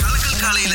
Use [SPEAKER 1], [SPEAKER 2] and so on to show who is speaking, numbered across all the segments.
[SPEAKER 1] காலையில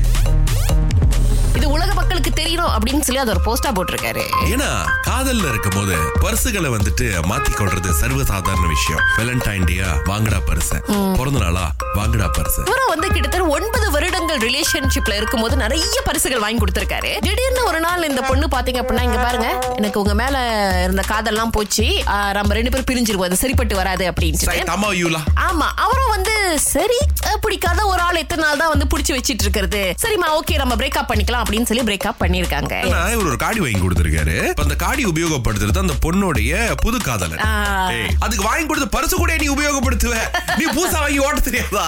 [SPEAKER 2] இது உலக மக்களுக்கு தெரியணும் அப்படின்னு சொல்லி அது ஒரு போஸ்டா போட்டிருக்காரு
[SPEAKER 3] ஏன்னா காதல்ல இருக்கும் போது பர்சுகளை வந்துட்டு மாத்தி கொள்றது சர்வசாதாரண விஷயம் வேலண்டைன் டேயா வாங்கடா பரிசு பிறந்த நாளா வாங்கடா பரிசு
[SPEAKER 2] இவரும் வந்து கிட்டத்தட்ட ஒன்பது வருடங்கள் ரிலேஷன்ஷிப்ல இருக்கும்போது நிறைய பரிசுகள் வாங்கி கொடுத்திருக்காரு திடீர்னு ஒரு நாள் இந்த பொண்ணு பாத்தீங்க அப்படின்னா இங்க பாருங்க எனக்கு உங்க மேல இருந்த காதல்லாம் போச்சு ஆ, நம்ம ரெண்டு பேரும் பிரிஞ்சிருவோம் அது சரிப்பட்டு வராது அப்படின்னு
[SPEAKER 3] தமா யூலா
[SPEAKER 2] ஆமா அவரும் வந்து சரி அஹ், பிடிக்காத ஒரு ஆள் எத்தனை நாள் தான் வந்து புடிச்சு வச்சிட்டு இருக்கிறது சரிம்மா ஓகே நம்ம பிரேக்அப் பண்ணிக்கலாம் அப்படின்னு சொல்லி பிரேக்அப் பண்ணிருக்காங்க
[SPEAKER 3] ஆனா இவர் ஒரு காடி வாங்கி கொடுத்திருக்காரு இப்ப அந்த காடி உபயோகப்படுத்துறது அந்த பொண்ணுடைய புது காதலன்
[SPEAKER 2] ஆ.
[SPEAKER 3] ஏய், அதுக்கு வாங்கி கொடுத்த பரிசு கூட நீ உபயோகப்படுத்துவ நீ பூசா வாங்கி ஓட்ட தெரியாதா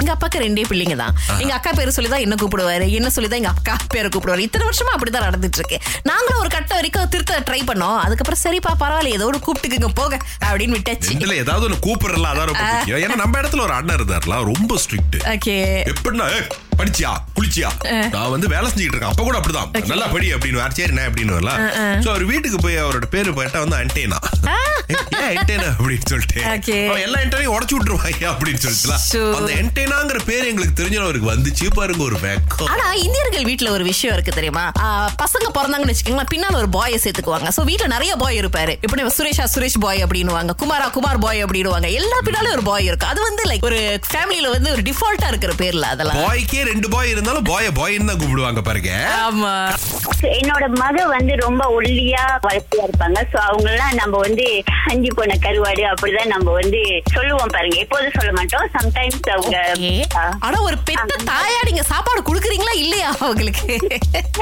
[SPEAKER 2] எங்க அப்பாக்கு ரெண்டே பிள்ளைங்க தான் எங்க அக்கா பேரு சொல்லி தான் என்ன கூப்பிடுவாரு என்ன சொல்லி தான் எங்க அக்கா பேரை கூப்பிடுவாரு இத்தனை வருஷமா அப்படிதான் நடந்துட்டு இருக்கு நாங்களும் ஒரு கட்ட வரைக்கும் திருத்த ட்ரை பண்ணோம் அதுக்கப்புறம் சரிப்பா பரவாயில்ல ஏதோ ஒரு கூப்பிட்டுக்குங்க போக அப்படின்னு விட்டாச்சு
[SPEAKER 3] இதுல ஏதாவது ஒண்ணு கூப்பிடல அதான் ரொம்ப முக்கியம். ஏன்னா நம்ம இடத்துல ஒரு அண்ணன் இருந்தாருல ரொம்ப ஸ்ட்ரிக்ட்
[SPEAKER 2] ஓகே
[SPEAKER 3] எப்படின்னா "ஏய், படிச்சியா குளிச்சியா நான் வந்து வேலை செஞ்சுட்டு இருக்கேன் அப்ப கூட அப்படிதான் நல்லா படி அப்படின்னு வேற சரி நான் அப்படின்னு வரல சோ அவர் வீட்டுக்கு போய் அவரோட பேரு போயிட்டா வந்து அண்டேனா ஏன் antenna அப்படின்னு சொல்லிட்டு
[SPEAKER 2] Okay.
[SPEAKER 3] அவன் எல்லா என்டைனையும் உடச்சு விட்டுருவாங்க அப்படின்னு சொல்லிட்டுலாம்
[SPEAKER 2] So-
[SPEAKER 3] அந்த என்டைனாங்கிற பேர் எங்களுக்கு தெரிஞ்ச அவருக்கு வந்துச்சு பாருங்க ஒரு வெக்கம்
[SPEAKER 2] ஆனா இந்தியர்கள் வீட்ல ஒரு விஷயம் இருக்கு தெரியுமா ஆ, பசங்க பிறந்தாங்கன்னு வச்சுக்கோங்களேன் பின்னால ஒரு பாய சேர்த்துக்குவாங்க சோ வீட்ல நிறைய பாய் இருப்பாரு இப்ப நம்ம சுரேஷா சுரேஷ் பாய் அப்படின்னுவாங்க குமாரா குமார் பாய் அப்படின்னுவாங்க எல்லா பின்னாலும் ஒரு பாய் இருக்கும் அது வந்து லைக் ஒரு ஃபேமிலில வந்து ஒரு டிஃபால்ட்டா இருக்கிற பேர்ல அதெல்லாம்
[SPEAKER 3] பாய்க்கே ரெண்டு பாய் இருந்தாலும் பாய பாய்ன்னு தான் கூப்பிடுவாங்க பாருங்க
[SPEAKER 2] ஆமா
[SPEAKER 4] என்னோட மக வந்து ரொம்ப ஒல்லியா வளர்த்தியா இருப்பாங்க சோ அவங்க எல்லாம் நம்ம வந்து அஞ்சு போன கருவாடு அப்படிதான் நம்ம வந்து சொல்லுவோம் பாருங்க எப்போதும் சொல்ல மாட்டோம் சம்டைம்ஸ் அவங்க
[SPEAKER 2] ஓகே. ஆனா ஒரு பெத்த தாயா நீங்க சாப்பாடு குடுக்குறீங்களா இல்லையா அவங்களுக்கு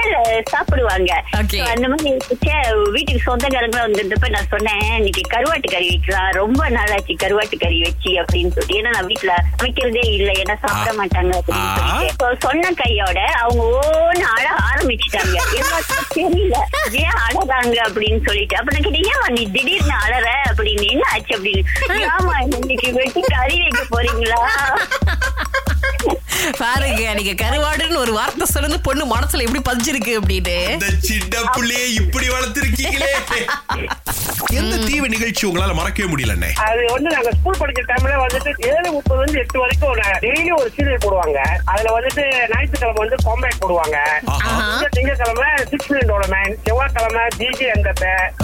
[SPEAKER 4] இல்ல, சாப்பிடுவாங்க
[SPEAKER 2] Okay.
[SPEAKER 4] So, அந்த மாதிரி இருந்துச்சு. வீட்டுக்கு சொந்தக்காரங்களும் வந்திருந்தப்ப நான் சொன்னேன் இன்னைக்கு கருவாட்டு கறி வைக்கலாம் ரொம்ப நாளாச்சு கருவாட்டு கறி வச்சு அப்படின்னு சொல்லி ஏன்னா நான் வீட்டுல சமைக்கிறதே இல்ல ஏன்னா சாப்பிட மாட்டாங்க அப்படின்னு
[SPEAKER 3] ஆ.
[SPEAKER 4] சொல்லிட்டு So, சொன்ன கையோட அவங்க ஓன்னு அழ ஆரம்பிச்சுட்டாங்க எல்லாத்துக்கும் தெரியல ஏன் அழறாங்க அப்படின்னு சொல்லிட்டு அப்ப நான் கேட்டேன் ஏன் நீ திடீர்னு அழற அப்படின்னு என்ன ஆச்சு அப்படின்னு ஆமா இன்னைக்கு வெட்டி கறி வைக்க போறீங்களா
[SPEAKER 2] பாருங்க நீங்க கருவாடுன்னு ஒரு வார்த்தை சொல்லுங்க பொண்ணு மனசுல எப்படி பதிஞ்சிருக்கு அப்படின்னு
[SPEAKER 3] இந்த சின்ன புள்ளையே இப்படி வளர்த்திருக்கீங்களே எந்த தீவு நிகழ்ச்சி உங்களால மறக்கவே முடியலண்ணே
[SPEAKER 5] அது வந்து நாங்க ஸ்கூல் படிக்கிற டைம்ல வந்துட்டு ஏழு முப்பதுல இருந்து எட்டு வரைக்கும் டெய்லி ஒரு சீரியல் போடுவாங்க அதுல வந்துட்டு ஞாயிற்றுக்கிழமை வந்து காம்பேட் போடுவாங்க
[SPEAKER 3] ஆஹா.
[SPEAKER 5] திங்க- திங்கட்கிழமை சிக்ஸ் மினிட்டோட மேன் செவ்வாய்க்கிழமை ஜிஜி அந்த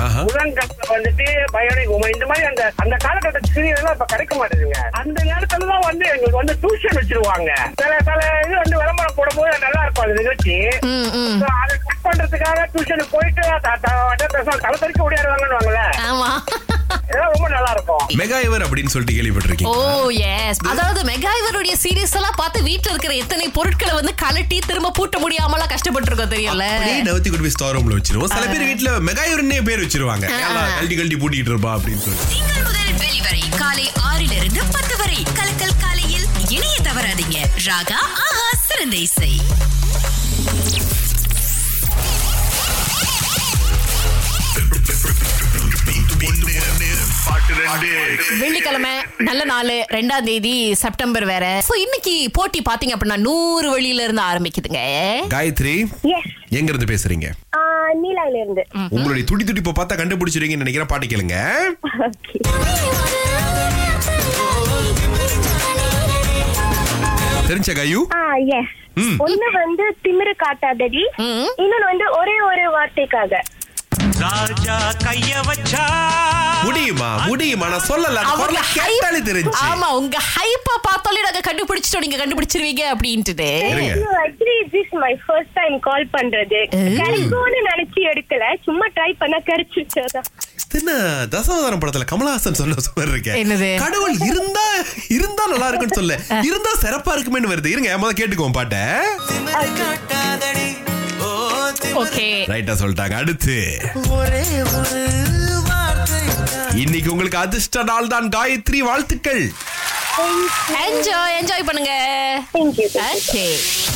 [SPEAKER 3] ஆஹா.
[SPEAKER 5] புதன்கிழமை வந்துட்டு பயோனிக் உமை இந்த மாதிரி அந்த அந்த காலகட்ட சீரியல் எல்லாம் இப்ப கிடைக்க மாட்டேதுங்க அந்த நேரத்துல தான் வந்து எங்களுக்கு வந்து டியூஷன் வச்சிருவாங்க சில சில இது வந்து விளம்பரம் போடும்போது நல்லா இருக்கும் அந்த நிகழ்ச்சி
[SPEAKER 2] ம், ம்.
[SPEAKER 5] So, அதை கட் பண்றதுக்காக டியூஷனுக்கு போயிட்டு த- த- பேசாம தலை தெறிக்க ஓடியாருவாங்கன்னு
[SPEAKER 2] ஆமா
[SPEAKER 5] இதெல்லாம் ரொம்ப நல்லா இருக்கும்
[SPEAKER 3] மெகா இவர் அப்படின்னு சொல்லிட்டு
[SPEAKER 2] ஓ
[SPEAKER 3] கேள்விப்பட்டிருக்கீங்க
[SPEAKER 2] எஸ் அதாவது மெகாய்வருடைய சீரியஸ் எல்லாம் பார்த்து வீட்ல இருக்கிற எத்தனை பொருட்களை வந்து கலட்டி திரும்ப பூட்ட முடியாமலாம் கஷ்டப்பட்டு இருக்கோம் தெரியல
[SPEAKER 3] அப்படியே நகர்த்தி கொண்டு போய் ஸ்டோர் ரூம்ல வச்சிருவோம் சில பேர் வீட்டுல மெகாயூர்னே பேர் வச்சிருவாங்க ஏன்னா, கழட்டி கழட்டி பூட்டிட்டு இருப்பா அப்படின்னு சொல்லி
[SPEAKER 6] திங்கள் முதல் வெளிவரை காலை ஆறிலிருந்து பத்து வரை கலக்கல் காலையில் இணைய தவறாதீங்க ராகா ஆஹா சிறந்த இசை
[SPEAKER 2] வெள்ளிக்கிழமை நல்ல நாள் ரெண்டாம் தேதி செப்டம்பர் வேற சோ இன்னைக்கு போட்டி பாத்தீங்க அப்படின்னா நூறு வழியில இருந்து ஆரம்பிக்குதுங்க
[SPEAKER 3] காயத்ரி
[SPEAKER 7] Yes.
[SPEAKER 3] எங்க இருந்து பேசுறீங்க
[SPEAKER 7] ஆஹ் நீலாயில இருந்து
[SPEAKER 3] உங்களுடைய துடி துடிப்பை பார்த்தா கண்டுபிடிச்சிருக்கீங்கன்னு நினைக்கிறேன் பாட்டு கேளுங்க தெரிஞ்ச காயு
[SPEAKER 7] ஆ எஸ்
[SPEAKER 3] ம்.
[SPEAKER 7] ஒண்ணு வந்து திமிரு காட்டாதடி இன்னொன்னு வந்து ஒரே ஒரு வார்த்தைக்காக
[SPEAKER 8] ராஜா கைய வச்சா
[SPEAKER 3] முடியுமா முடியுமா நான் சொல்லல அந்த
[SPEAKER 2] அவங்க
[SPEAKER 3] குரலை கேட்டாலே
[SPEAKER 2] hype-
[SPEAKER 3] தெரிஞ்சு
[SPEAKER 2] ஆமா உங்க ஹைப்பா பார்த்தாலே நாங்க கண்டுபிடிச்சிட்டோம் நீங்க கண்டுபிடிச்சிருவீங்க அப்படின்ட்டு
[SPEAKER 3] இருங்க
[SPEAKER 7] actually this my first time call பண்றது கிடைக்கும்னு நினைச்சு எடுக்கல சும்மா ட்ரை பண்ண கிடைச்சிருச்சா
[SPEAKER 3] என்ன தசாவதாரம் படத்துல கமலஹாசன் சொன்ன சொல்ல
[SPEAKER 2] என்னது?
[SPEAKER 3] இருக்கேன் கடவுள் இருந்தா இருந்தா நல்லா இருக்குன்னு சொல்ல இருந்தா சிறப்பா இருக்குமேன்னு வருது இருங்க முதல்ல கேட்டுக்குவோம் பாட்டை
[SPEAKER 8] காட்டாதடி ஓ
[SPEAKER 2] ஓகே
[SPEAKER 3] ரைட்டா சொல்லிட்டாங்க அடுத்து
[SPEAKER 8] ஒரே ஒரு வார்த்தை
[SPEAKER 3] இன்னைக்கு உங்களுக்கு அதிர்ஷ்ட நாள் தான் காயத்ரி வாழ்த்துக்கள்
[SPEAKER 2] என்ஜாய் என்ஜாய் பண்ணுங்க
[SPEAKER 7] தேங்க்யூ
[SPEAKER 2] ஓகே